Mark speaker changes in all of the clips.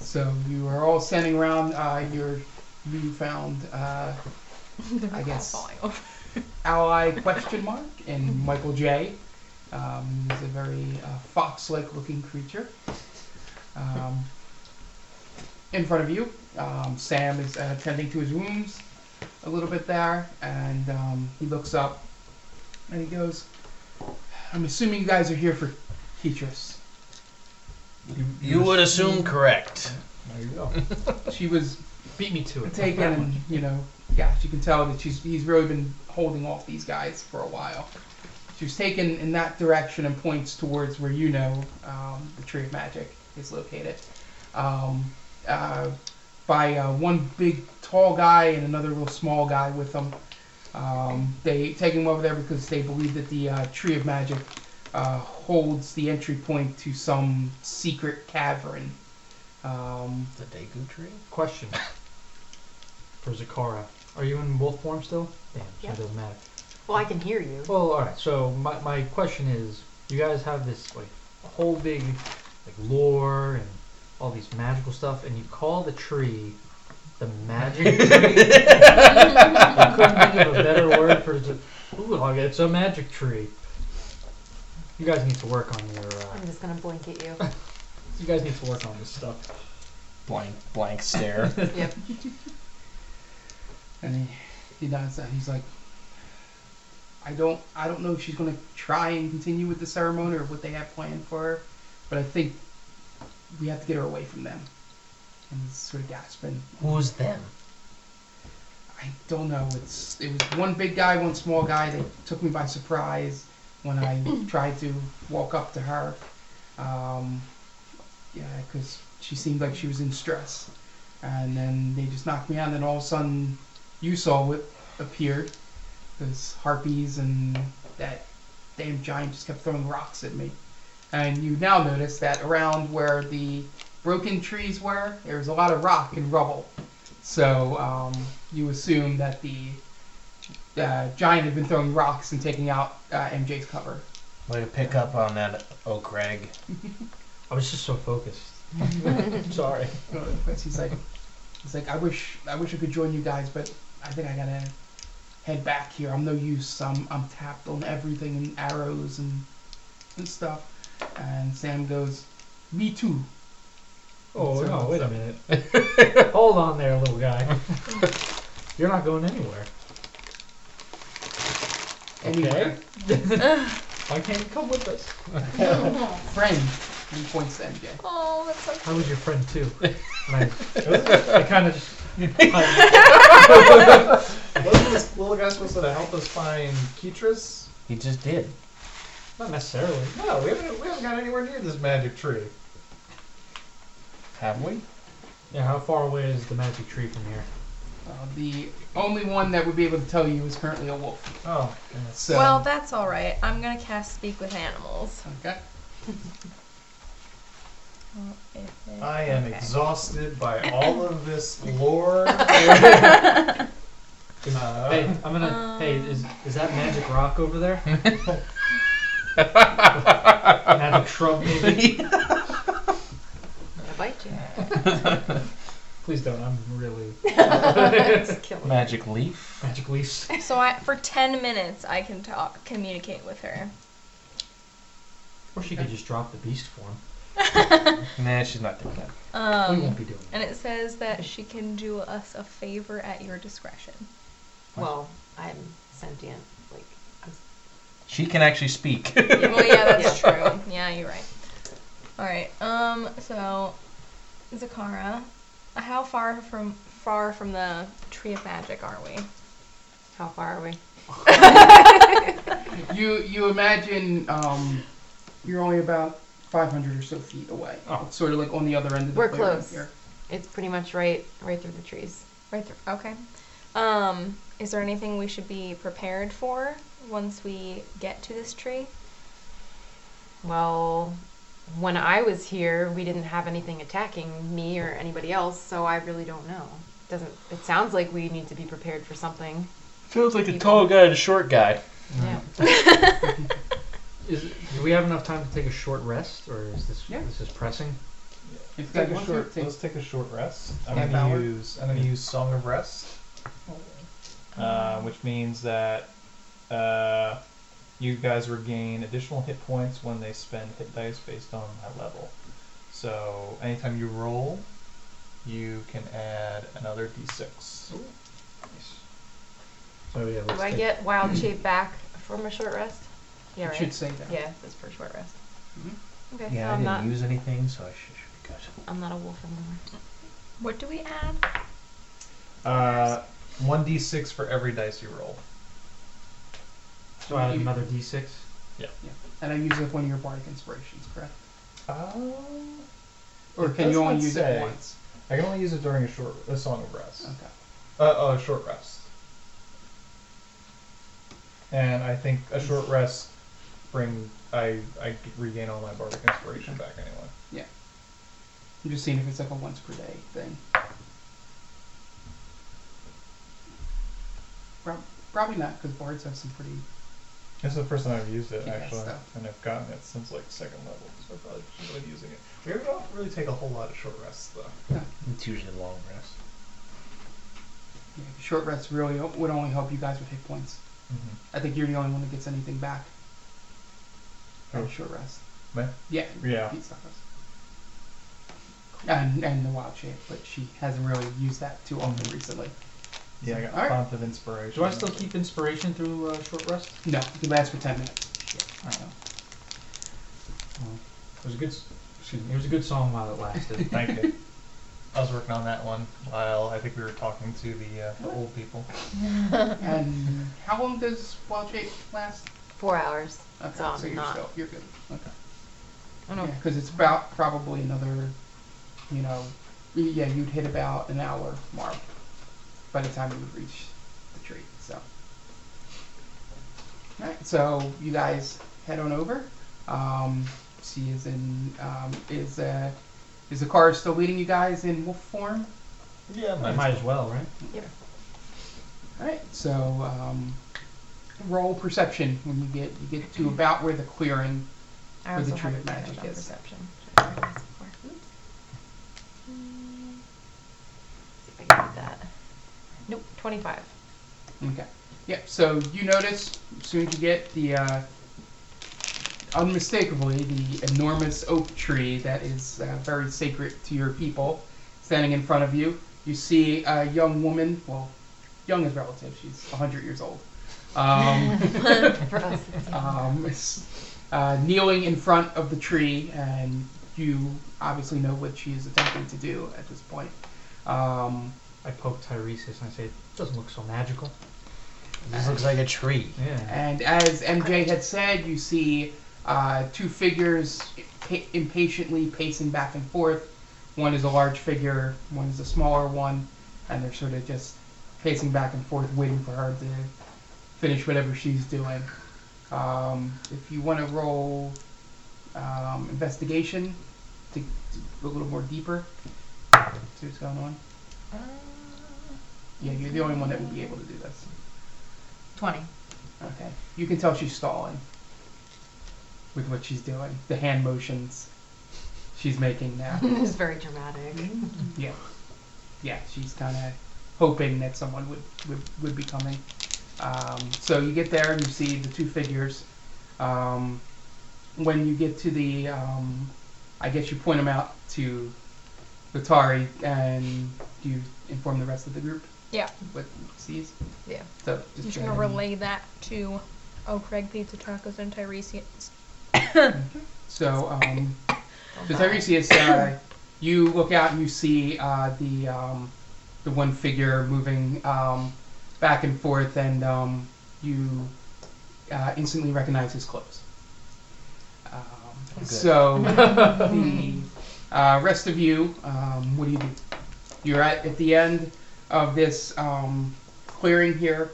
Speaker 1: So you are all sending around uh, your newfound, uh,
Speaker 2: They're all
Speaker 1: guess.
Speaker 2: falling over.
Speaker 1: ally question mark and Michael J. Um, he's a very uh, fox-like looking creature. Um, in front of you, um, Sam is uh, tending to his wounds a little bit there, and um, he looks up and he goes, "I'm assuming you guys are here for Ketris.
Speaker 3: You,
Speaker 4: You would assume correct.
Speaker 3: There you go.
Speaker 1: She was
Speaker 5: Beat me to it.
Speaker 1: taken, and you know, yeah, you can tell that she's he's really been holding off these guys for a while. She was taken in that direction and points towards where you know um, the Tree of Magic is located, um, uh, by uh, one big tall guy and another real small guy with them. Um, they take him over there because they believe that the uh, Tree of Magic uh, holds the entry point to some secret cavern. Um,
Speaker 4: The Daegu tree?
Speaker 5: Question for Zakara. Are you in wolf form still? Damn, so
Speaker 2: Yep.
Speaker 5: it doesn't matter.
Speaker 2: Well, I can hear you.
Speaker 5: Well, alright, so my, my question is you guys have this like whole big like lore and all these magical stuff, and you call the tree the magic tree? I couldn't think of a better word for it. Ooh, I'll get- it's a magic tree. You guys need to work on your. Uh,
Speaker 2: I'm just gonna blink at you.
Speaker 5: you guys need to work on this stuff.
Speaker 4: Blank, blank stare.
Speaker 2: yep.
Speaker 1: And he, he does that. He's like, I don't, I don't know if she's gonna try and continue with the ceremony or what they have planned for her, but I think we have to get her away from them. And he's sort of gasping.
Speaker 4: Who's them?
Speaker 1: I don't know. It's it was one big guy, one small guy. They took me by surprise when I tried to walk up to her. Um, yeah, because she seemed like she was in stress, and then they just knocked me out. And then all of a sudden, you saw what appeared. Those harpies and that damn giant just kept throwing rocks at me. And you now notice that around where the broken trees were, there was a lot of rock and rubble. So um, you assume that the uh, giant had been throwing rocks and taking out uh, MJ's cover.
Speaker 4: Way to pick up on that oak rag.
Speaker 5: I was just so focused. Sorry.
Speaker 1: Because he's like, he's like, I wish, I wish I could join you guys, but I think I gotta head back here. I'm no use. I'm, I'm tapped on everything and arrows and and stuff. And Sam goes, me too.
Speaker 5: Oh
Speaker 1: It's
Speaker 5: no!
Speaker 1: almost-
Speaker 5: Wait a minute. Hold on there, little guy. You're not going anywhere.
Speaker 1: Anyway,
Speaker 5: Why can't you come with us?
Speaker 1: friend. And he points to MJ.
Speaker 2: Oh, that's so
Speaker 5: I was your friend too. And I, I kind of just. I,
Speaker 3: Wasn't this little guy supposed to help us find Ketris?
Speaker 4: He just did.
Speaker 5: not necessarily.
Speaker 3: No, we haven't, we haven't got anywhere near this magic tree.
Speaker 4: Have we?
Speaker 5: Yeah. How far away is the magic tree from here?
Speaker 1: Uh, the only one that would be able to tell you is currently a wolf.
Speaker 3: Oh, goodness.
Speaker 1: So
Speaker 6: Well, that's all right. I'm gonna cast Speak with Animals.
Speaker 1: okay.
Speaker 6: Well, if it-
Speaker 3: I am
Speaker 6: okay.
Speaker 3: exhausted by all of this lore. uh,
Speaker 5: hey, I'm gonna. hey, is is that magic rock over there? magic shrub, maybe.
Speaker 2: I'm gonna bite you.
Speaker 5: Please don't. I'm really
Speaker 2: It's killing me.
Speaker 4: Magic leaf.
Speaker 5: magic leaves.
Speaker 6: So I, for ten minutes, I can talk, communicate with her.
Speaker 5: Or she could just drop the beast form.
Speaker 4: Nah, she's not doing that.
Speaker 5: we
Speaker 6: Um,
Speaker 5: won't be doing that.
Speaker 6: and it says that she can do us a favor at your discretion.
Speaker 2: Well, I'm sentient. Like, I'm,
Speaker 4: She can actually speak.
Speaker 6: well, yeah, that's true. Yeah, you're right. All right. Um. So, Zakara, how far from far from the Tree of Magic are we?
Speaker 2: how far are we?
Speaker 1: You you imagine um, you're only about 500 or so feet away.
Speaker 5: Oh.
Speaker 1: It's sort of like on the other end of the
Speaker 2: We're
Speaker 1: clearing
Speaker 2: close.
Speaker 1: Here.
Speaker 2: It's pretty much right, right through the trees.
Speaker 6: Right through. Okay. Um. Is there anything we should be prepared for once we get to this tree?
Speaker 2: Well, when I was here, we didn't have anything attacking me or anybody else, so I really don't know. Doesn't it sounds like we need to be prepared for something?
Speaker 4: Feels like a tall guy and a short guy.
Speaker 2: Yeah.
Speaker 5: Is, do we have enough time to take a short rest, or is this
Speaker 1: Yeah.
Speaker 5: this is pressing?
Speaker 1: It's
Speaker 3: Take
Speaker 1: like a
Speaker 3: one-
Speaker 1: short take.
Speaker 3: Let's take a short rest. I'm
Speaker 1: Half
Speaker 3: gonna
Speaker 1: hour?
Speaker 3: use. I'm gonna use Song of Rest, uh, which means that uh, you guys regain additional hit points when they spend hit dice based on that level. So anytime you roll, you can add another d6.
Speaker 5: So yeah,
Speaker 2: Do
Speaker 5: let's
Speaker 2: I
Speaker 5: take-
Speaker 2: get Wild Shape back from a short rest? Yeah,
Speaker 1: It
Speaker 2: right.
Speaker 1: should say that.
Speaker 6: Yeah, that's for short rest.
Speaker 1: Mhm.
Speaker 6: Okay.
Speaker 4: Yeah,
Speaker 2: I'm
Speaker 4: I didn't
Speaker 2: not-
Speaker 4: use anything, so I should, should be good.
Speaker 2: I'm not a wolf anymore.
Speaker 6: What do we add?
Speaker 3: Uh, one d6 for every dice you roll.
Speaker 5: So I add another d6.
Speaker 1: And I use it with one of your bardic inspirations, correct?
Speaker 3: Um,
Speaker 1: Or
Speaker 3: It
Speaker 1: can
Speaker 3: does
Speaker 1: you only
Speaker 3: not
Speaker 1: use
Speaker 3: say.
Speaker 1: it once?
Speaker 3: I can only use it during a short a Song of Rest.
Speaker 1: Okay.
Speaker 3: Uh, oh, a short rest. And I think a short rest bring I I regain all my bardic inspiration back anyway.
Speaker 1: I'm just seeing if it's like a once per day thing. Prob- Probably not, because bards have some pretty.
Speaker 3: This is the first time I've used it
Speaker 1: Yeah,
Speaker 3: actually,
Speaker 1: stuff.
Speaker 3: and I've gotten it since like second level, so I probably should have been using it. We don't really take a whole lot of short rests though.
Speaker 4: It's usually a long rest.
Speaker 1: You know, short rests really o- would only help you guys with hit points. I think you're the only one that gets anything back. From
Speaker 3: Oh.
Speaker 1: short rest.
Speaker 3: Me?
Speaker 1: Yeah.
Speaker 3: Yeah.
Speaker 1: Pete Sackhoff. And, and the wild shape, but she hasn't really used that too often recently.
Speaker 3: Yeah, I got
Speaker 1: All right.
Speaker 3: font of inspiration.
Speaker 5: Do I still keep inspiration through uh, short rest?
Speaker 1: No, it lasts for 10 minutes.
Speaker 5: Alright. It was a good. s- Excuse me. It was a good song while it lasted.
Speaker 3: Thank you. I was working on that one while I think we were talking to the, uh, the old people.
Speaker 1: And how long does wild shape last?
Speaker 2: Four hours.
Speaker 1: Okay,
Speaker 2: So I'm
Speaker 1: so you're
Speaker 2: not-
Speaker 1: still, you're good. Okay.
Speaker 2: I don't know.
Speaker 1: because it's about probably another, you know, yeah, you'd hit about an hour mark by the time you would reach the tree. So, all right, so you guys head on over. Um, she is in um, is uh, is the car still leading you guys in wolf form?
Speaker 3: Yeah,
Speaker 5: I
Speaker 3: mine's-
Speaker 5: might as well, right?
Speaker 1: All right, so um, roll perception when you get you get to about where the clearing.
Speaker 6: I
Speaker 1: Or the
Speaker 6: also
Speaker 1: tree
Speaker 6: have
Speaker 1: of
Speaker 6: advantage
Speaker 1: magic
Speaker 6: on
Speaker 1: is.
Speaker 6: perception. which I've already asked for. Mm. See if I can do that. Nope, 25.
Speaker 1: Okay. Yep. So you notice as soon as you get the uh, unmistakably the enormous oak tree that is uh, very sacred to your people standing in front of you. You see a young woman. Well, young is relative. She's 100 years old. Um,
Speaker 2: For us, it's
Speaker 1: um, is, uh, kneeling in front of the tree, and you obviously know what she is attempting to do at this point. Um,
Speaker 5: I poke Tiresias and I say, it doesn't look so magical.
Speaker 4: This looks like a tree.
Speaker 5: Yeah.
Speaker 1: And as MJ had said, you see uh, two figures pa- impatiently pacing back and forth. One is a large figure, one is a smaller one, and they're sort of just pacing back and forth, waiting for her to finish whatever she's doing. Um, if you want to roll um, investigation to, to go a little more deeper, see what's going on.
Speaker 6: Uh,
Speaker 1: Yeah, you're the only one that would be able to do this.
Speaker 6: 20.
Speaker 1: Okay. You can tell she's stalling with what she's doing. The hand motions she's making now.
Speaker 2: it's very dramatic.
Speaker 1: yeah. Yeah, she's kind of hoping that someone would, would, would be coming. Um, so you get there and you see the two figures. Um, when you get to the, um, I guess you point them out to Latari and you inform the rest of the group
Speaker 6: Yeah.
Speaker 1: what sees.
Speaker 6: Yeah.
Speaker 1: So
Speaker 6: I'm
Speaker 1: just
Speaker 6: just
Speaker 1: go
Speaker 6: going to
Speaker 1: ahead and-
Speaker 6: relay that to Oh Craig Pizza Tacos and Tiresias.
Speaker 1: So, um, so Tiresias, uh, you look out and you see uh, the um, the one figure moving um, back and forth, and um, you uh, instantly recognize his clothes. Um,
Speaker 4: Good.
Speaker 1: so, the uh, rest of you, um, what do you do? You're at, at the end of this um, clearing here.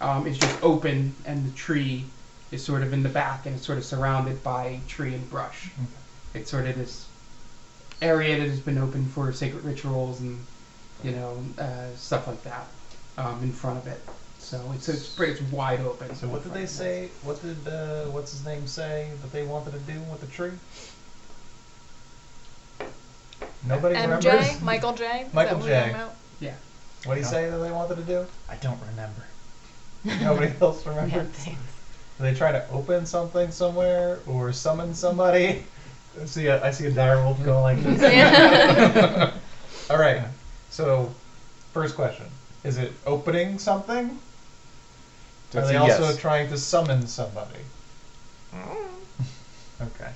Speaker 1: Um, it's just open, and the tree is sort of in the back, and it's sort of surrounded by tree and brush. It's sort of this area that has been open for sacred rituals and you know uh, stuff like that um, in front of it. So it's it's, pretty- it's wide open.
Speaker 3: So what did they say? What did uh, what's his name say that they wanted to do with the tree? Nobody remembers
Speaker 6: MJ? Michael J? Is
Speaker 3: Michael
Speaker 6: that what we're talking
Speaker 3: J.
Speaker 6: about?
Speaker 3: what he say that they wanted to do.
Speaker 5: I don't remember.
Speaker 3: Nobody else remembers.
Speaker 2: Yeah, thanks.
Speaker 3: They try to open something somewhere or summon somebody. I see a, I see a dire wolf going like this. All right. So, first question: Is it opening something? Are
Speaker 7: That's
Speaker 3: they
Speaker 7: a
Speaker 3: also
Speaker 7: yes. Mm.
Speaker 3: trying to summon somebody? Okay.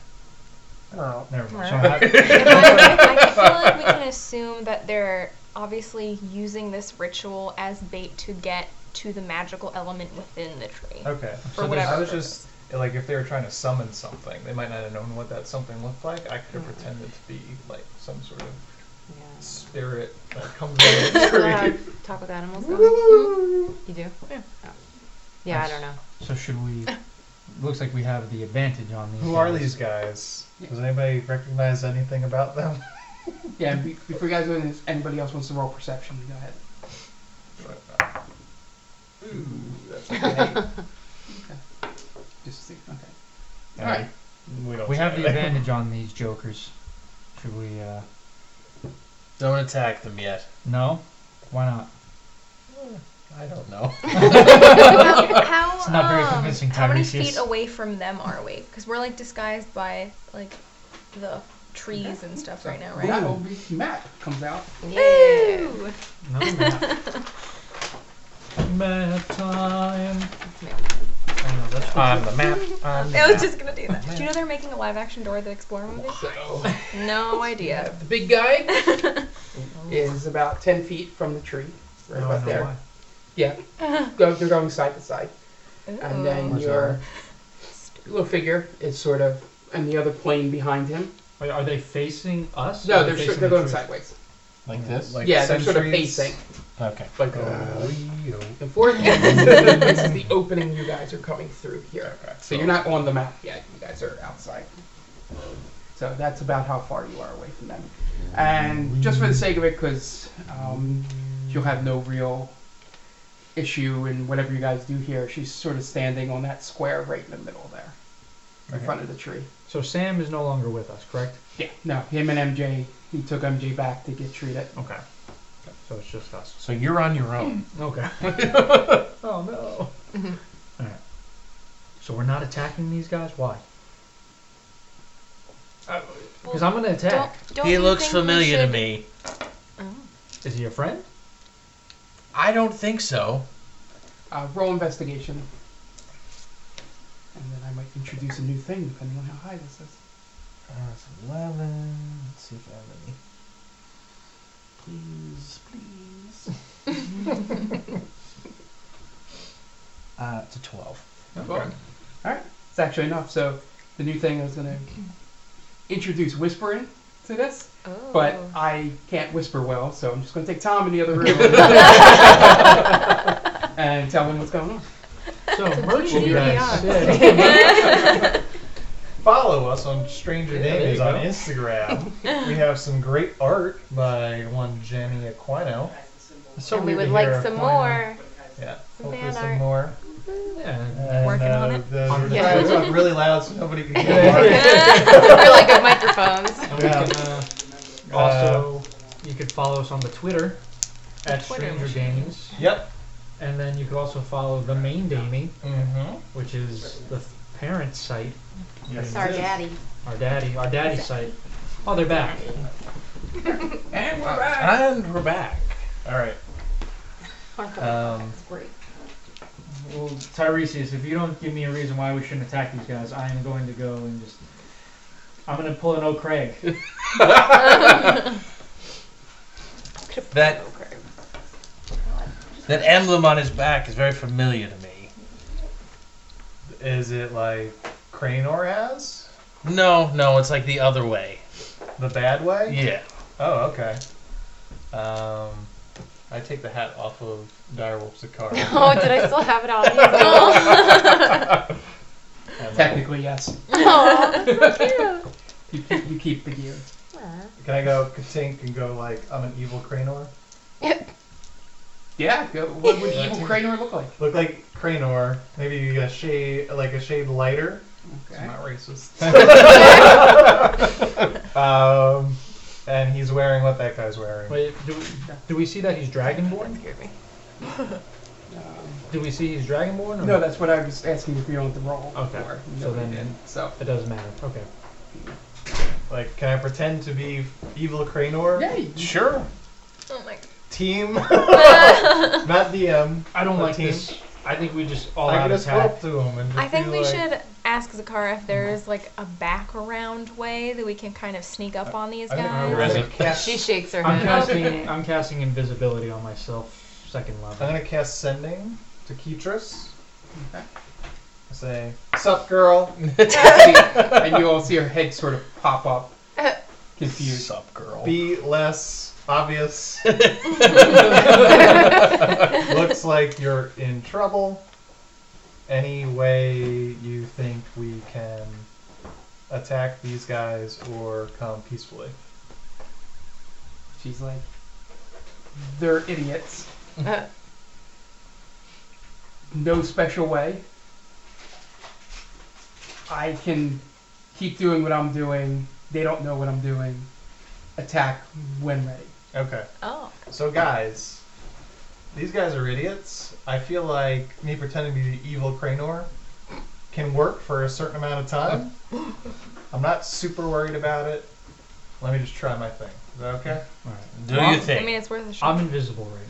Speaker 7: Oh.
Speaker 3: Never mind.
Speaker 6: Wow.
Speaker 3: So I-
Speaker 6: I, I feel like we can assume that they're obviously using this ritual as bait to get to the magical element within the tree.
Speaker 3: okay. so there's-
Speaker 6: whatever
Speaker 3: I was just like, if they were trying to summon something, they might not have known what that something looked like. I could have
Speaker 7: Mm.
Speaker 3: pretended to be like some sort of spirit that comes out of the
Speaker 2: Yeah. Uh,
Speaker 3: tree.
Speaker 2: talk with animals. though? you do?
Speaker 6: Yeah.
Speaker 2: Oh. Yeah, I
Speaker 5: Nice.
Speaker 2: don't know.
Speaker 5: So should we? Looks like we have the advantage on these.
Speaker 3: Who are
Speaker 5: guys.
Speaker 3: these guys? Does anybody recognize anything about them?
Speaker 1: Yeah, and be- before you guys go in, if anybody else wants to roll perception, go ahead.
Speaker 3: Ooh, that's okay.
Speaker 1: Just see. Okay.
Speaker 3: All
Speaker 1: Alright.
Speaker 3: We don't.
Speaker 5: We have the
Speaker 3: say anything.
Speaker 5: advantage on these jokers. Should we? uh...
Speaker 4: Don't attack them yet.
Speaker 5: No. Why not?
Speaker 4: I don't know.
Speaker 6: how, how,
Speaker 5: It's not very
Speaker 6: um,
Speaker 5: convincing,
Speaker 6: How many
Speaker 5: Tiresias.
Speaker 6: feet away from them are we? Because we're like disguised by like the trees and stuff right now, right?
Speaker 1: That will be map comes out.
Speaker 2: Yeah.
Speaker 6: Ooh.
Speaker 5: No. Map time. I know that's what
Speaker 4: on the map. On the
Speaker 6: I was
Speaker 4: map.
Speaker 6: just gonna do that. Do you know they're making a live action Dora the Explorer movie?
Speaker 1: So
Speaker 6: No idea.
Speaker 1: the big guy is about ten feet from the tree, right
Speaker 5: No, Oh, I
Speaker 1: about
Speaker 5: know
Speaker 1: there.
Speaker 5: why.
Speaker 1: Yeah, go, they're going side to side, and
Speaker 6: Ooh.
Speaker 1: then
Speaker 5: Where's
Speaker 1: your little figure is sort of on the other plane behind him.
Speaker 5: Wait, are they facing us? or
Speaker 1: No, they're
Speaker 5: Oh, facing
Speaker 1: sure, they're
Speaker 5: the
Speaker 1: going
Speaker 5: tree?
Speaker 1: sideways.
Speaker 7: Like this?
Speaker 3: Like
Speaker 1: yeah, they're sort of
Speaker 3: centuries?
Speaker 1: pacing,
Speaker 7: okay.
Speaker 1: like
Speaker 5: Uh,
Speaker 3: Oh, yo.
Speaker 1: and forth. this is the opening you guys are coming through here.
Speaker 3: Okay,
Speaker 1: So you're not on the map yet. You guys are outside. So that's about how far you are away from them. And just for the sake of it, because um, you'll have no real issue in whatever you guys do here, she's sort of standing on that square right in the middle there, in
Speaker 3: Okay.
Speaker 1: front of the tree.
Speaker 5: So Sam is no longer with us, correct?
Speaker 1: Yeah. No, him and MJ. He took MJ back to get treated.
Speaker 5: Okay. So it's just us.
Speaker 4: So you're on your own.
Speaker 5: Okay. oh no.
Speaker 1: Mm-hmm.
Speaker 2: Mhm.
Speaker 5: All right. So we're not attacking these guys. Why? Because I'm gonna
Speaker 6: Don't,
Speaker 5: attack.
Speaker 6: don't
Speaker 4: he
Speaker 6: you
Speaker 4: looks
Speaker 6: think we
Speaker 4: familiar to
Speaker 6: should-
Speaker 4: me.
Speaker 5: Is he a friend?
Speaker 4: I don't think so.
Speaker 1: Uh, roll investigation. And then I might introduce a new thing depending on how high this is.
Speaker 4: Uh, it's 11. Let's see if I have any. Please, please. uh, it's a 12.
Speaker 1: Well, Alright, it's actually enough. So the new thing I was going to introduce whispering to this,
Speaker 2: Oh.
Speaker 1: but I can't whisper well, so I'm just going to take Tom in the other room and tell him what's going on.
Speaker 5: So merch
Speaker 2: Well,
Speaker 5: you guys
Speaker 2: yeah.
Speaker 5: said.
Speaker 3: Follow us on Stranger
Speaker 5: there
Speaker 3: Names
Speaker 5: you
Speaker 3: on
Speaker 5: go.
Speaker 3: Instagram. we have some great art by one Jenny Aquino. It's so
Speaker 2: and we
Speaker 3: weird
Speaker 2: would
Speaker 3: to
Speaker 2: like
Speaker 3: hear
Speaker 2: some
Speaker 3: Aquino.
Speaker 2: more.
Speaker 3: Yeah,
Speaker 2: Some
Speaker 3: hopefully
Speaker 2: fan
Speaker 3: some
Speaker 2: art.
Speaker 3: more.
Speaker 5: Yeah.
Speaker 3: And,
Speaker 6: Working on
Speaker 3: uh,
Speaker 6: it.
Speaker 3: The, the
Speaker 2: Yeah.
Speaker 3: crowds went really loud so nobody could hear.
Speaker 2: We're like good microphones.
Speaker 5: And we can, uh,
Speaker 3: Uh,
Speaker 5: also, you could follow us on the Twitter at
Speaker 6: Twitter
Speaker 5: Stranger
Speaker 6: machine.
Speaker 5: Games,
Speaker 3: yep.
Speaker 5: and then you could also follow the main Damie,
Speaker 3: Mm-hmm.
Speaker 5: which is the parent site,
Speaker 3: Yes,
Speaker 2: Sorry,
Speaker 3: it is.
Speaker 2: daddy.
Speaker 5: our daddy, our daddy site. Oh, they're back.
Speaker 1: And we're back!
Speaker 4: And we're back.
Speaker 3: All right.
Speaker 5: Um,
Speaker 2: Great.
Speaker 5: well, Tiresias, if you don't give me a reason why we shouldn't attack these guys, I am going to go and just. I'm going to pull an O'Craig.
Speaker 4: That
Speaker 2: Okay.
Speaker 4: that emblem on his back is very familiar to me.
Speaker 3: Is it like Cranor has?
Speaker 4: No, no, it's like the other way.
Speaker 3: The bad way?
Speaker 4: Yeah.
Speaker 3: Oh, okay. Um, I take the hat off of Direwolf Zakar.
Speaker 2: Oh, did I still have it on? Oh,
Speaker 1: Technically, yes.
Speaker 2: that's so cute.
Speaker 1: You keep, you keep the gear.
Speaker 2: Aw.
Speaker 3: Can I go katink and go like I'm an evil Cranor?
Speaker 1: Yeah, go- what would evil Cranor look like?
Speaker 3: Look like Cranor, maybe a shade like a shade lighter.
Speaker 1: Okay.
Speaker 3: It's not racist. um, and he's what that guy's wearing.
Speaker 5: Wait, do we, do we see that he's dragonborn?
Speaker 2: scared me.
Speaker 1: Um,
Speaker 5: Do we see he's dragonborn? Or
Speaker 1: no, that's what I was asking if you wanted the roll
Speaker 5: Okay.
Speaker 1: for. No,
Speaker 5: So
Speaker 1: you
Speaker 5: then-
Speaker 1: didn't. So
Speaker 5: It doesn't matter. Okay.
Speaker 3: Like, can I pretend to be evil Cranor?
Speaker 1: yay!
Speaker 3: Sure.
Speaker 6: Oh my.
Speaker 3: Team. Not DM.
Speaker 5: I don't
Speaker 3: A
Speaker 5: like
Speaker 3: team.
Speaker 5: this. I think we just all
Speaker 3: I
Speaker 5: out
Speaker 3: can just go
Speaker 5: attack.
Speaker 3: up to him and just
Speaker 6: I think
Speaker 3: be
Speaker 6: we
Speaker 3: like, Mm-hmm.
Speaker 6: should ask Zakara if there's like a background way that we can kind of sneak up on these
Speaker 3: I think I'm
Speaker 6: guys.
Speaker 3: gonna
Speaker 4: Resin.
Speaker 3: cast-
Speaker 2: Oh, She shakes her
Speaker 5: I'm
Speaker 2: head.
Speaker 5: casting. I'm casting invisibility on myself, second level.
Speaker 3: I'm gonna cast sending to Ketris.
Speaker 1: Okay.
Speaker 3: I say, "Sup, girl."
Speaker 1: and you all see her head sort of pop up, confused.
Speaker 4: Sup, girl.
Speaker 3: Be less obvious. Looks like you're in trouble. Any way you think we can attack these guys or come peacefully?
Speaker 1: She's like, they're idiots.
Speaker 2: Uh.
Speaker 1: no special way. I can keep doing what I'm doing. They don't know what I'm doing. Attack when ready.
Speaker 3: Okay.
Speaker 6: Oh.
Speaker 3: So, guys, these guys are idiots. I feel like me pretending to be evil Cranor can work for a certain amount of time. I'm not super worried about it. Let me just try my thing. Is that okay?
Speaker 5: All right.
Speaker 4: Do your
Speaker 6: I mean,
Speaker 4: thing.
Speaker 6: it's worth a shot.
Speaker 5: I'm invisible right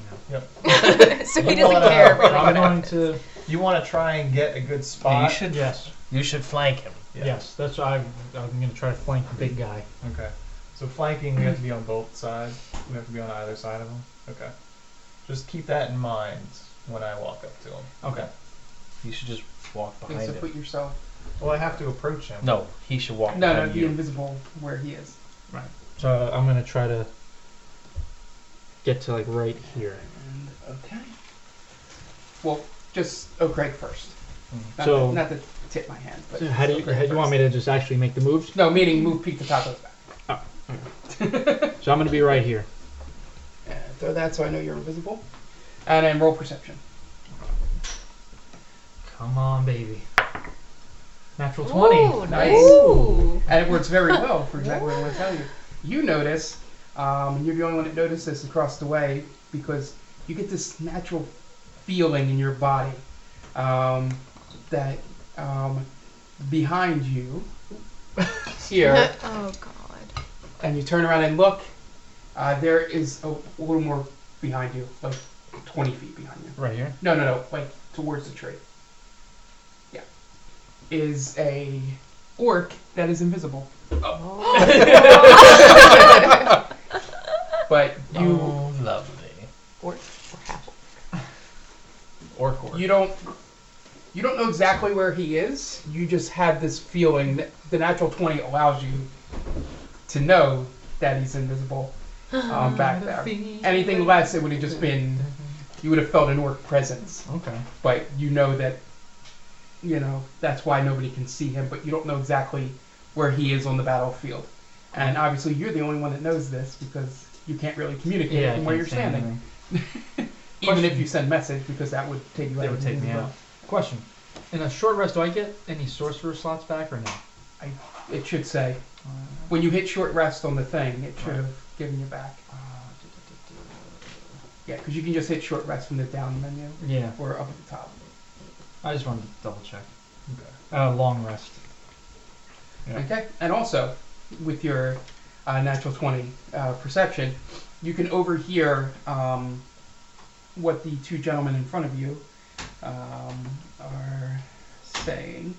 Speaker 6: so he
Speaker 3: I'm
Speaker 6: doesn't
Speaker 3: gonna-
Speaker 6: care.
Speaker 5: now. I'm going to.
Speaker 3: You want to try and get a good
Speaker 4: You
Speaker 3: spot?
Speaker 4: should.
Speaker 5: Yes.
Speaker 4: You should flank him.
Speaker 3: Yeah.
Speaker 5: Yes. That's why I'm, I'm going to try to flank the big guy.
Speaker 3: Okay. So flanking, we have to be on both sides. We have to be on either side of them. Okay. Just keep that in mind when I walk up to him.
Speaker 5: Okay.
Speaker 4: You should just walk
Speaker 1: Okay,
Speaker 4: behind
Speaker 1: so
Speaker 4: him.
Speaker 1: put yourself.
Speaker 3: Well, I have to approach him.
Speaker 4: No, he should walk
Speaker 1: No, no,
Speaker 4: behind
Speaker 1: be
Speaker 4: you.
Speaker 1: invisible where he is.
Speaker 5: So I'm going to try to get to like right here.
Speaker 1: And, okay. Well, just O'Craig first. Not,
Speaker 5: So-
Speaker 1: to, not to tip my hand, but
Speaker 5: So how do you, how do you want me to just actually make the moves?
Speaker 1: No, meaning move Pete to top of his back.
Speaker 5: So I'm going to be right here.
Speaker 1: Uh, throw that so I know you're invisible. And then roll perception.
Speaker 5: Come on, baby. Natural 20.
Speaker 2: Uh, Ooh,
Speaker 1: Nice.
Speaker 2: nice.
Speaker 6: Ooh.
Speaker 1: And it works very well for exactly what I want to tell you. You notice, um, and you're the only one that noticed this across the way because you get this natural feeling in your body um, that um, behind you, here,
Speaker 6: Oh god.
Speaker 1: and you turn around and look, uh, there is a, little more behind you, like 20 feet behind you.
Speaker 5: Right here.
Speaker 1: No, no, no, like towards the tree. Yeah. Is a orc that is invisible. But you.
Speaker 4: Oh, lovely.
Speaker 2: Or, or half.
Speaker 4: Or court.
Speaker 1: you don't you don't know exactly where he is you just have this feeling that the natural 20 allows you to know that he's invisible um, back there anything less it would have just been you would have felt an orc presence
Speaker 5: Okay.
Speaker 1: but you know that you know that's why nobody can see him but you don't know exactly where he is on the battlefield and obviously you're the only one that knows this because you can't really communicate
Speaker 5: Yeah. I
Speaker 1: from where
Speaker 5: can't
Speaker 1: you're
Speaker 5: say
Speaker 1: standing
Speaker 5: anything.
Speaker 1: even if
Speaker 5: Question.
Speaker 1: you send message because that would take you out
Speaker 5: That would
Speaker 1: of
Speaker 5: take me
Speaker 1: invisibility.
Speaker 5: out. Question. In a short rest, do I get any sorcerer slots back or no?
Speaker 1: It should say.
Speaker 5: Uh,
Speaker 1: When you hit short rest on the thing, it should have given you back. Yeah, because you can just hit short rest from the down menu
Speaker 5: Yeah.
Speaker 1: or up at the top.
Speaker 5: I just wanted to double check. Uh, long rest. Yeah.
Speaker 1: Okay? And also, with your uh, natural 20 uh, perception, you can overhear um, what the two gentlemen in front of you um, are saying.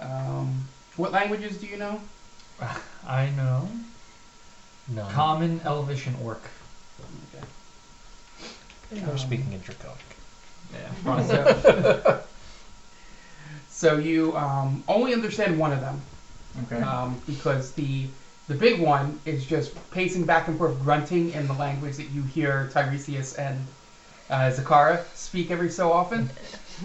Speaker 1: Um, what languages do you know?
Speaker 5: I know.
Speaker 4: No.
Speaker 5: Common, Elvish, and Orc.
Speaker 1: Okay.
Speaker 4: We're speaking in Draconic.
Speaker 5: Yeah.
Speaker 1: So, so you um, only understand one of them
Speaker 3: Okay.
Speaker 1: um, because the the big one is just pacing back and forth, grunting in the language that you hear Tiresias and uh, Zakara speak every so often.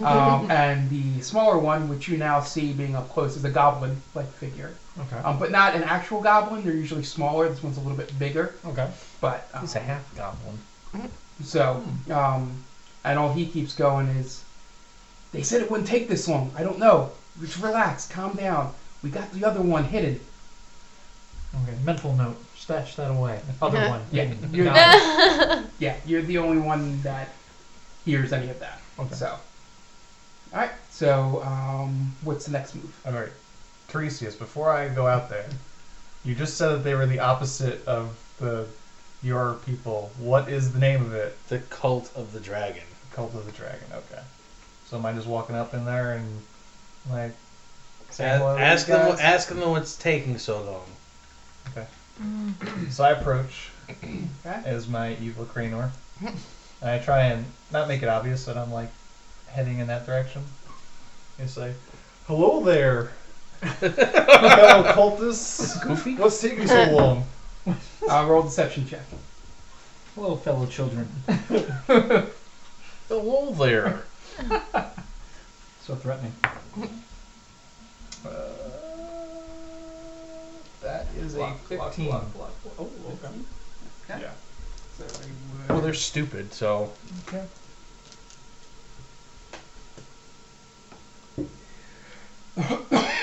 Speaker 1: Um, and the smaller one, which you now see being up close, is a goblin-like figure,
Speaker 5: Okay.
Speaker 1: um, but not an actual goblin. They're usually smaller. This one's a little bit bigger,
Speaker 5: Okay.
Speaker 1: but um,
Speaker 4: He's a half goblin.
Speaker 1: so, um, and all he keeps going is, they said it wouldn't take this long. I don't know. Just relax, calm down. We got the other one hidden.
Speaker 5: Okay, mental note. Stash that away. Other one.
Speaker 1: Yeah, you're,
Speaker 5: No.
Speaker 1: yeah, you're the only one that hears any of that.
Speaker 5: Okay.
Speaker 1: So, all right. So, um, what's the next move?
Speaker 3: All right, Tiresias. Before I go out there, you just said that they were the opposite of the your people. What is the name of it?
Speaker 7: The cult of the dragon.
Speaker 3: Cult of the Dragon. Okay. So am I just walking up in there and like saying hello
Speaker 4: A-
Speaker 3: to
Speaker 4: ask
Speaker 3: these
Speaker 4: them.
Speaker 3: guys?
Speaker 4: Ask them what's taking so long.
Speaker 3: So I approach
Speaker 1: Okay.
Speaker 3: as my evil Cranor. And I try and not make it obvious that I'm like heading in that direction. It's like, hello there, fellow cultists. Goofy, what's taking so long?
Speaker 1: Uh, roll deception check.
Speaker 5: Hello, fellow children.
Speaker 7: Hello there.
Speaker 5: So threatening.
Speaker 3: Uh, that is a fifteen.
Speaker 1: Oh, okay.
Speaker 3: Yeah.
Speaker 1: So I
Speaker 7: Well,
Speaker 1: would-
Speaker 7: they're stupid, so.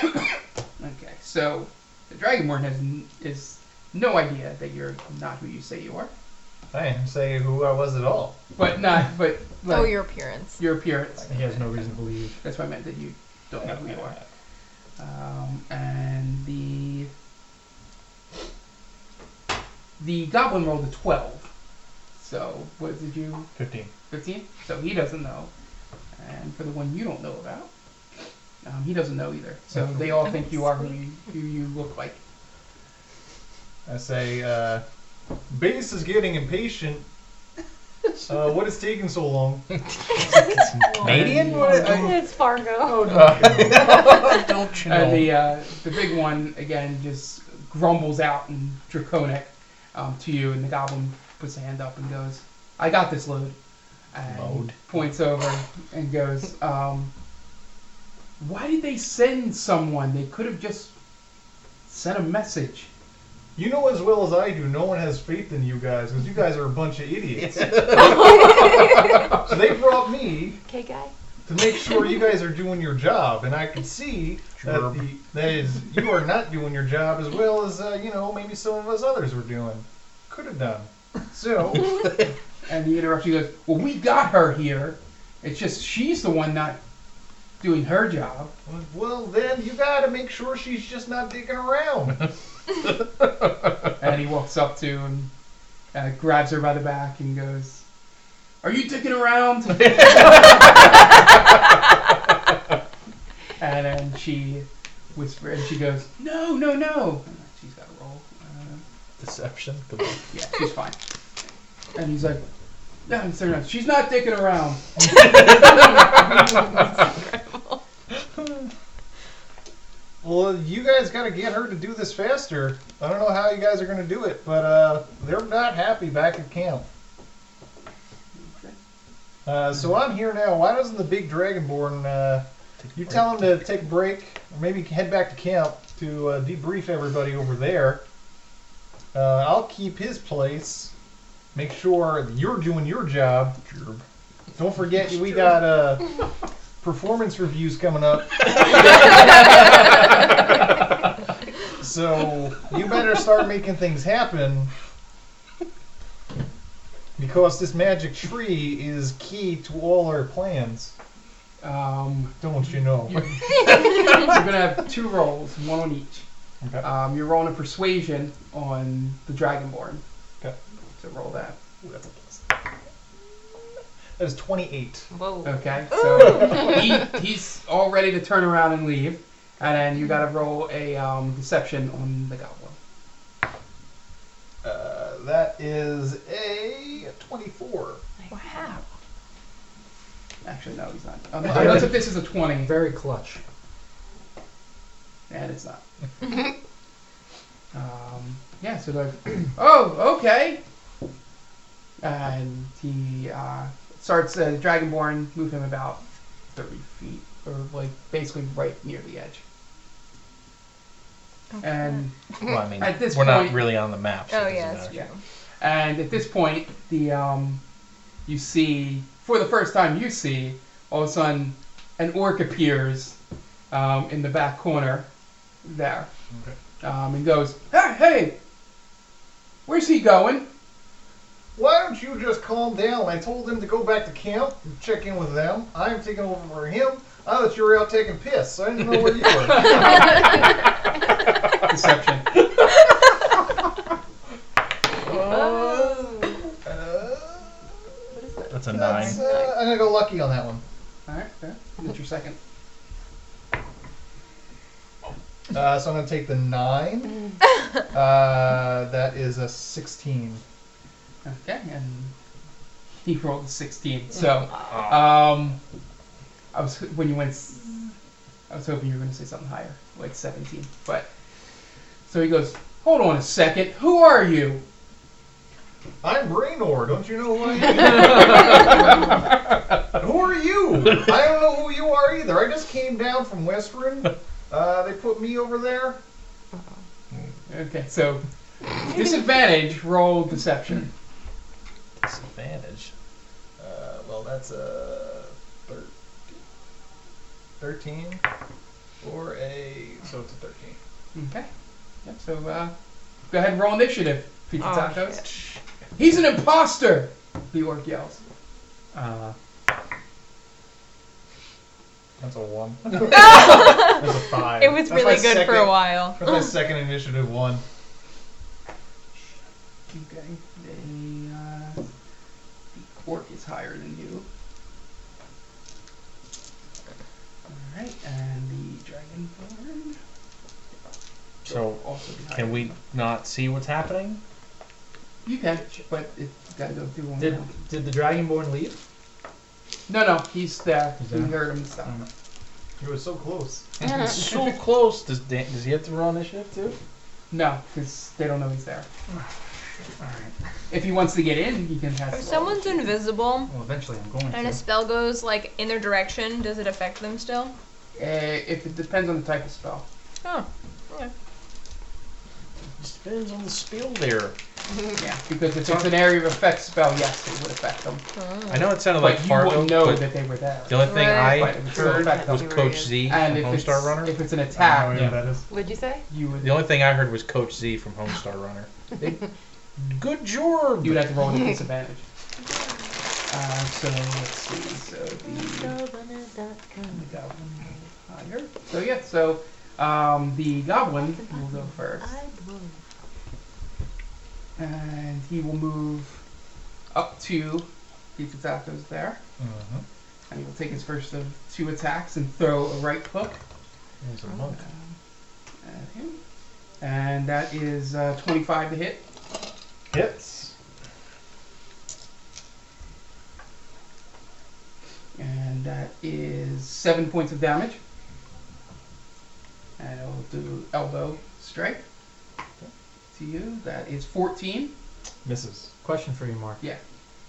Speaker 1: okay. So the Dragonborn has n- is no idea that you're not who you say you are,
Speaker 3: I didn't say who I was at all.
Speaker 1: but not but like,
Speaker 6: oh, your appearance.
Speaker 1: your appearance.
Speaker 5: He has no reason to believe.
Speaker 1: That's what I meant that you don't know who you are. Um, and the the goblin rolled a twelve. So what did you?
Speaker 3: Fifteen.
Speaker 1: Fifteen. So he doesn't know. And for the one you don't know about, um, he doesn't know either. So they all think you are who you, who you look like.
Speaker 3: I say, uh, base is getting impatient. Uh, what is taking so long?
Speaker 7: Median? What is- I-
Speaker 2: it's Fargo.
Speaker 1: Oh no.
Speaker 7: Don't you know?
Speaker 1: And the uh, the big one again just grumbles out in draconic um, to you, and the goblin puts a hand up and goes, "I got this load." And
Speaker 7: Load.
Speaker 1: Points over and goes, um, "Why did they send someone? They could have just sent a message."
Speaker 3: You know as well as I do, no one has faith in you guys because you guys are a bunch of idiots. so they brought me
Speaker 2: Okay, guy.
Speaker 3: to make sure you guys are doing your job, and I can see that,
Speaker 7: Gerb.
Speaker 3: the, that is you are not doing your job as well as uh, you know maybe some of us others were doing, could have done. So
Speaker 1: And the interruption goes, "Well, we got her here. It's just she's the one not doing her job."
Speaker 3: well then you got to make sure she's just not digging around.
Speaker 1: And he walks up to and uh, grabs her by the back and goes, "Are you dicking around?" and then she whispers and she goes, "No, no, no." And she's got a roll. Uh,
Speaker 7: Deception. Come on.
Speaker 1: yeah, she's fine. And he's like, "No, I'm sorry, no, she's not dicking around."
Speaker 3: Well, you guys got to get her to do this faster. I don't know how you guys are going to do it, but uh, they're not happy back at camp. Uh, so I'm here now. Why doesn't the big dragonborn? Uh, you tell him to take a break, or maybe head back to camp to uh, debrief everybody over there. Uh, I'll keep his place. Make sure you're doing your job. Don't forget, we got uh, performance reviews coming up. So you better start making things happen. Because this magic tree is key to all our plans.
Speaker 1: Um,
Speaker 3: Don't you know?
Speaker 1: you're, you're gonna have two rolls, one on each.
Speaker 3: Okay.
Speaker 1: Um, you're rolling a persuasion on the Dragonborn.
Speaker 3: Okay.
Speaker 1: So roll that.
Speaker 3: Ooh, that's a plus. That is 28.
Speaker 2: Whoa.
Speaker 1: Okay, so he, he's all ready to turn around and leave, and then you gotta roll a um, deception on the goblin.
Speaker 3: Uh, that is a 24.
Speaker 6: Wow.
Speaker 1: Actually, no, he's not. Um, unless if this is a twenty,
Speaker 5: Very clutch.
Speaker 1: and it's not. um, yeah, so like, oh, okay. And he uh, starts uh, Dragonborn, move him about thirty feet, or like basically right near the edge. And
Speaker 7: Well, I mean,
Speaker 1: At this
Speaker 7: we're
Speaker 1: point-
Speaker 7: not really on the map. So
Speaker 6: Oh,
Speaker 7: it doesn't
Speaker 6: yeah,
Speaker 7: matter.
Speaker 6: that's true.
Speaker 1: Yeah. And at this point, the um, you see for the first time you see all of a sudden an orc appears um, in the back corner there, um, and goes, hey, hey, where's he going?
Speaker 8: Why don't you just calm down? I told them to go back to camp, check in with them. I'm taking over for him. I thought you were out taking piss. I didn't know where you were.
Speaker 1: Deception.
Speaker 8: Uh,
Speaker 7: That's a nine.
Speaker 8: that's, uh, I'm gonna go lucky on that one.
Speaker 1: All right, fair. That's your second.
Speaker 8: Uh, so I'm gonna take the nine. Uh, that is a sixteen.
Speaker 1: Okay, and he rolled a 16. So, um, I was when you went, s- I was hoping you were going to say something higher, like 17. But so he goes, "Hold on a second, who are you?"
Speaker 8: I'm Brainor. Don't you know who I am? who are you? I don't know who you are either. I just came down from Western. Uh, they put me over there.
Speaker 1: Okay, so disadvantage, roll deception.
Speaker 7: Disadvantage.
Speaker 8: Uh, well, that's a thir- 13 or a. So it's a 13.
Speaker 1: Okay, yep. So uh, go ahead and roll initiative, pizza
Speaker 2: Oh,
Speaker 1: tacos. He's an imposter. The orc yells.
Speaker 5: Uh,
Speaker 8: That's a 1. That's a 5.
Speaker 6: It was
Speaker 8: That's
Speaker 6: really
Speaker 8: my
Speaker 6: good for a
Speaker 8: second-
Speaker 6: while.
Speaker 8: That's my second initiative 1.
Speaker 1: Okay, they, uh, the orc is higher than you. Alright, and the dragonborn
Speaker 7: So
Speaker 1: also be higher.
Speaker 7: can we not see what's happening?
Speaker 1: You can, but it gotta go through one
Speaker 5: did
Speaker 1: round.
Speaker 5: did the dragonborn leave?
Speaker 1: No, no, he's there.
Speaker 5: He's
Speaker 1: we
Speaker 5: there.
Speaker 1: heard him and stuff.
Speaker 7: Mm-hmm.
Speaker 8: You were so close.
Speaker 7: It's so close. Does Dan, does he have to roll initiative too?
Speaker 1: No, because they don't know he's there. If he wants to get in, he can pass.
Speaker 6: If
Speaker 1: the roll.
Speaker 6: someone's invisible
Speaker 5: Well, eventually I'm going
Speaker 6: and
Speaker 5: to.
Speaker 6: a spell goes like in their direction, does it affect them still?
Speaker 1: Uh, if it depends on the type of spell.
Speaker 6: Oh,
Speaker 7: Just depends on the spell there.
Speaker 1: Yeah, because if it's an area of effect spell, yes, it would affect them.
Speaker 7: I know it sounded
Speaker 1: But
Speaker 7: like
Speaker 1: you wouldn't
Speaker 7: Fargo,
Speaker 1: know
Speaker 7: but
Speaker 1: that they were there.
Speaker 7: the only thing
Speaker 6: Hmm. Right.
Speaker 1: But
Speaker 7: I
Speaker 1: it would still
Speaker 7: heard
Speaker 1: affect them.
Speaker 7: was Coach Z
Speaker 1: And
Speaker 7: from
Speaker 1: if it's,
Speaker 7: Homestar Runner.
Speaker 1: if it's an
Speaker 8: I don't
Speaker 1: attack,
Speaker 8: know who that is.
Speaker 2: What'd you say?
Speaker 1: you would
Speaker 7: The only thing I heard was Coach Z from Homestar Runner. They- Good job.
Speaker 1: you would have to roll with disadvantage. Uh, so let's see. So the, the goblin higher. So yeah. So um, the goblin will go first, and he will move up to pizza tacos there,
Speaker 7: Uh-huh.
Speaker 8: Mm-hmm.
Speaker 1: and he will take his first of two attacks and throw a right hook
Speaker 7: He's a monk.
Speaker 1: at him, and that is uh, 25 to hit.
Speaker 8: Hits.
Speaker 1: And that is seven points of damage. And I will do elbow strike to you. That is 14.
Speaker 3: Misses.
Speaker 5: Question for you, Mark.
Speaker 1: Yeah.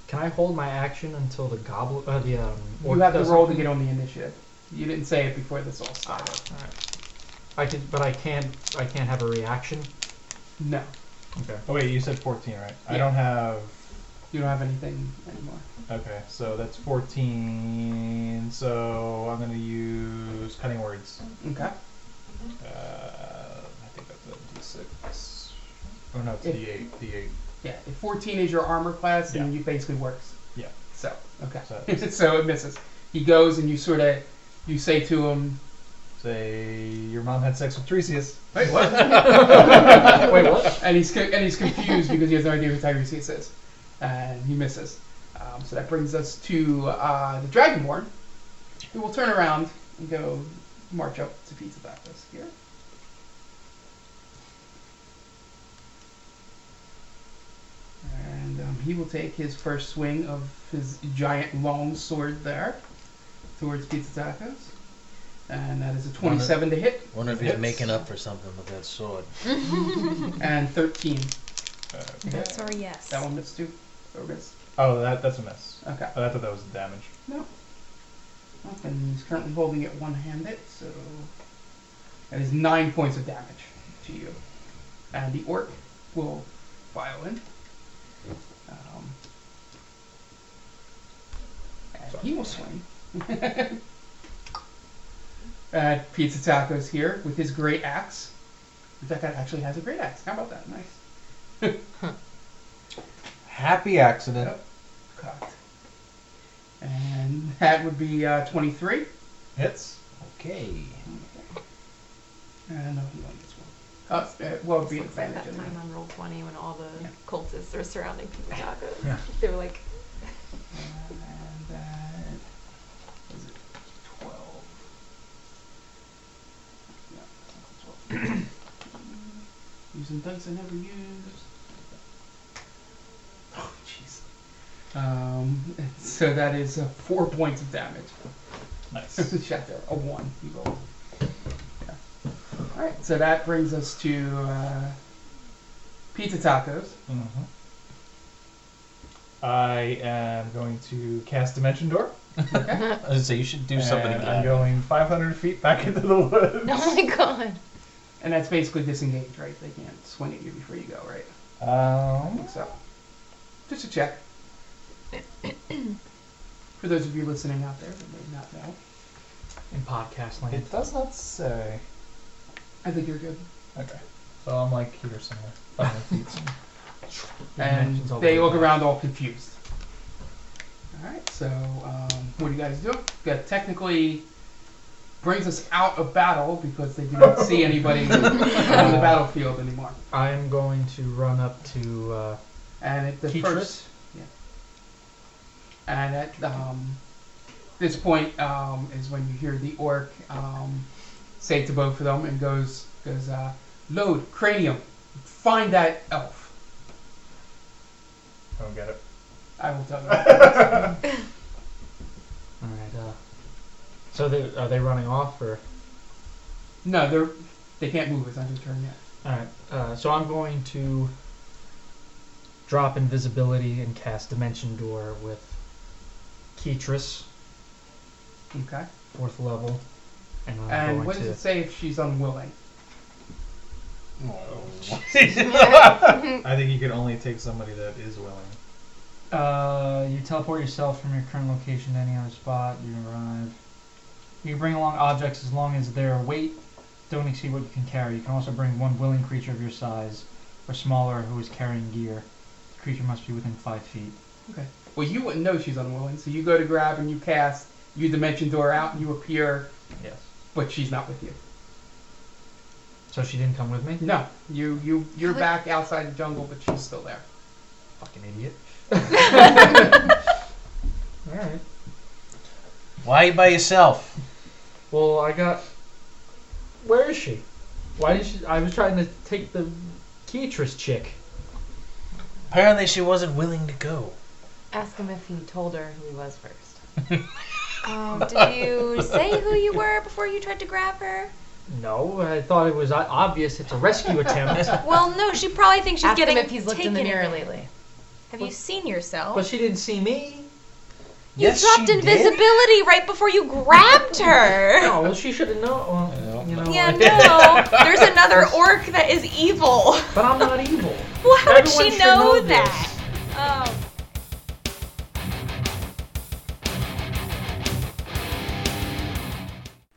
Speaker 5: Can I hold my action until the goblin? Uh, the um.
Speaker 1: You have to roll to get on the initiative. You didn't say it before this all started.
Speaker 5: I can, but I can't. I can't have a reaction.
Speaker 1: No,
Speaker 5: Okay.
Speaker 3: Oh wait, you said 14, right? I
Speaker 1: Yeah.
Speaker 3: don't have.
Speaker 1: you don't have anything anymore.
Speaker 3: Okay, so that's 14. So I'm gonna use cutting words.
Speaker 1: Okay.
Speaker 3: Uh, I think that's a d6. Oh no, it's
Speaker 1: If-
Speaker 3: d8. D8.
Speaker 1: Yeah, if 14 is your armor class, then
Speaker 3: Yeah.
Speaker 1: you basically works.
Speaker 3: Yeah.
Speaker 1: So, okay.
Speaker 3: So that
Speaker 1: So, it misses. He goes and you sort of, you say to him,
Speaker 3: Say your mom had sex with Theseus.
Speaker 1: Wait, what?
Speaker 5: Wait, what?
Speaker 1: and he's co- and he's confused because he has no idea who Tiresias is, and he misses. Um, so that brings us to uh, the Dragonborn, who will turn around and go march up to Pizza Bacchus here. And um, he will take his first swing of his giant long sword there towards Pizza Tacos. And that is a 27 to hit
Speaker 4: Wonder if he's
Speaker 3: Hits.
Speaker 4: making up for something with that sword.
Speaker 1: and 13.
Speaker 3: Okay.
Speaker 6: that's or yes.
Speaker 1: That one missed too. Or missed.
Speaker 3: Oh, that that's a miss.
Speaker 1: Okay.
Speaker 3: Oh, I thought that was damage.
Speaker 1: Well, And he's currently holding it one-handed, so that is nine points of damage to you. And the orc will file in. Um, and he will swing Uh, at Pizza Tacos here with his great axe. Rebecca actually has a great axe. How about that? Nice.
Speaker 7: Happy accident.
Speaker 1: Yep. Cocked. And that would be uh, 23.
Speaker 7: Hits. Okay.
Speaker 1: And uh, no, this one. Uh, uh, well, it'd be
Speaker 2: Looks like
Speaker 1: advantage.
Speaker 2: that
Speaker 1: anyway.
Speaker 2: time on roll twenty when all the
Speaker 1: Yeah.
Speaker 2: cultists are surrounding Peter Jago.
Speaker 7: Yeah.
Speaker 2: They were like,
Speaker 1: And that was it 12. Yeah, I think it's 12. Using dice I never used. Oh, jeez. Um, so that is uh, four points of damage.
Speaker 3: Nice.
Speaker 1: Shot there. A one. You rolled. Yeah. All right. So that brings us to uh, pizza tacos.
Speaker 3: hmm I am going to cast Dimension Door.
Speaker 4: I was say you should do something
Speaker 3: and
Speaker 4: again.
Speaker 3: I'm going 500 feet back into the woods.
Speaker 2: "Oh my god!"
Speaker 1: And that's basically disengage, right? They can't swing at you before you go, right? I
Speaker 3: Um,
Speaker 1: think so. Just a check. For those of you listening out there that may not know,
Speaker 5: in podcast land.
Speaker 3: it does not say.
Speaker 1: I think you're good.
Speaker 3: Okay. So I'm like here somewhere. 500 feet somewhere.
Speaker 1: And
Speaker 5: Dimensions all
Speaker 1: they
Speaker 5: over
Speaker 1: look
Speaker 5: the
Speaker 1: around all confused. Alright, so um, what do you guys do? That technically brings us out of battle because they do not see anybody on the battlefield anymore.
Speaker 5: I'm going to run up to uh,
Speaker 1: And at the
Speaker 5: Teacher?
Speaker 1: first, yeah. And at um, this point um, is when you hear the orc um, say to both of them and goes goes uh, load cranium, find that elf.
Speaker 3: I don't get it.
Speaker 1: I will tell you.
Speaker 5: all right. Uh, so they are they running off or
Speaker 1: no, they're they can't move. It's not your turn yet.
Speaker 5: all right? Uh, so I'm going to drop invisibility and cast dimension door with Ketris,
Speaker 1: Okay.
Speaker 5: fourth level, and I'm
Speaker 1: and
Speaker 5: going
Speaker 1: what does
Speaker 5: to
Speaker 1: it say if she's unwilling?
Speaker 3: I think you can only take somebody that is willing.
Speaker 5: Uh, you teleport yourself from your current location to any other spot. You arrive. You can bring along objects as long as their weight don't exceed what you can carry. You can also bring one willing creature of your size or smaller who is carrying gear. The creature must be within five feet.
Speaker 1: Well, you wouldn't know she's unwilling, so you go to grab and you cast. You dimension door out and you appear,
Speaker 5: Yes.
Speaker 1: but she's not with you.
Speaker 5: So she didn't come with me.
Speaker 1: No, you you you're
Speaker 2: How the-
Speaker 1: back outside the jungle, but she's still there.
Speaker 5: Fucking idiot. All right.
Speaker 4: Why are you by yourself?
Speaker 5: Well, I got. Where is she? Why did she? I was trying to take the Keatrice chick.
Speaker 4: Apparently she wasn't willing to go.
Speaker 2: Ask him if he told her who he was first.
Speaker 6: Um, did you say who you were before you tried to grab her?
Speaker 5: No, I thought it was o- obvious. It's a rescue attempt.
Speaker 6: Well, no, she probably thinks she's
Speaker 2: Ask
Speaker 6: getting
Speaker 2: him if he's looked in the
Speaker 6: taken
Speaker 2: mirror
Speaker 6: again.
Speaker 2: lately.
Speaker 6: Have you seen yourself?
Speaker 5: But she didn't see me.
Speaker 6: you
Speaker 4: yes,
Speaker 6: dropped
Speaker 4: she
Speaker 6: invisibility right before you grabbed her.
Speaker 5: Oh, well, she should have known. Well, you know,
Speaker 6: yeah,
Speaker 5: I-
Speaker 6: no. There's another orc that is evil.
Speaker 5: but I'm not evil.
Speaker 6: Well, how would
Speaker 5: Everyone
Speaker 6: she
Speaker 5: should
Speaker 6: know,
Speaker 5: know this.
Speaker 6: that? Oh,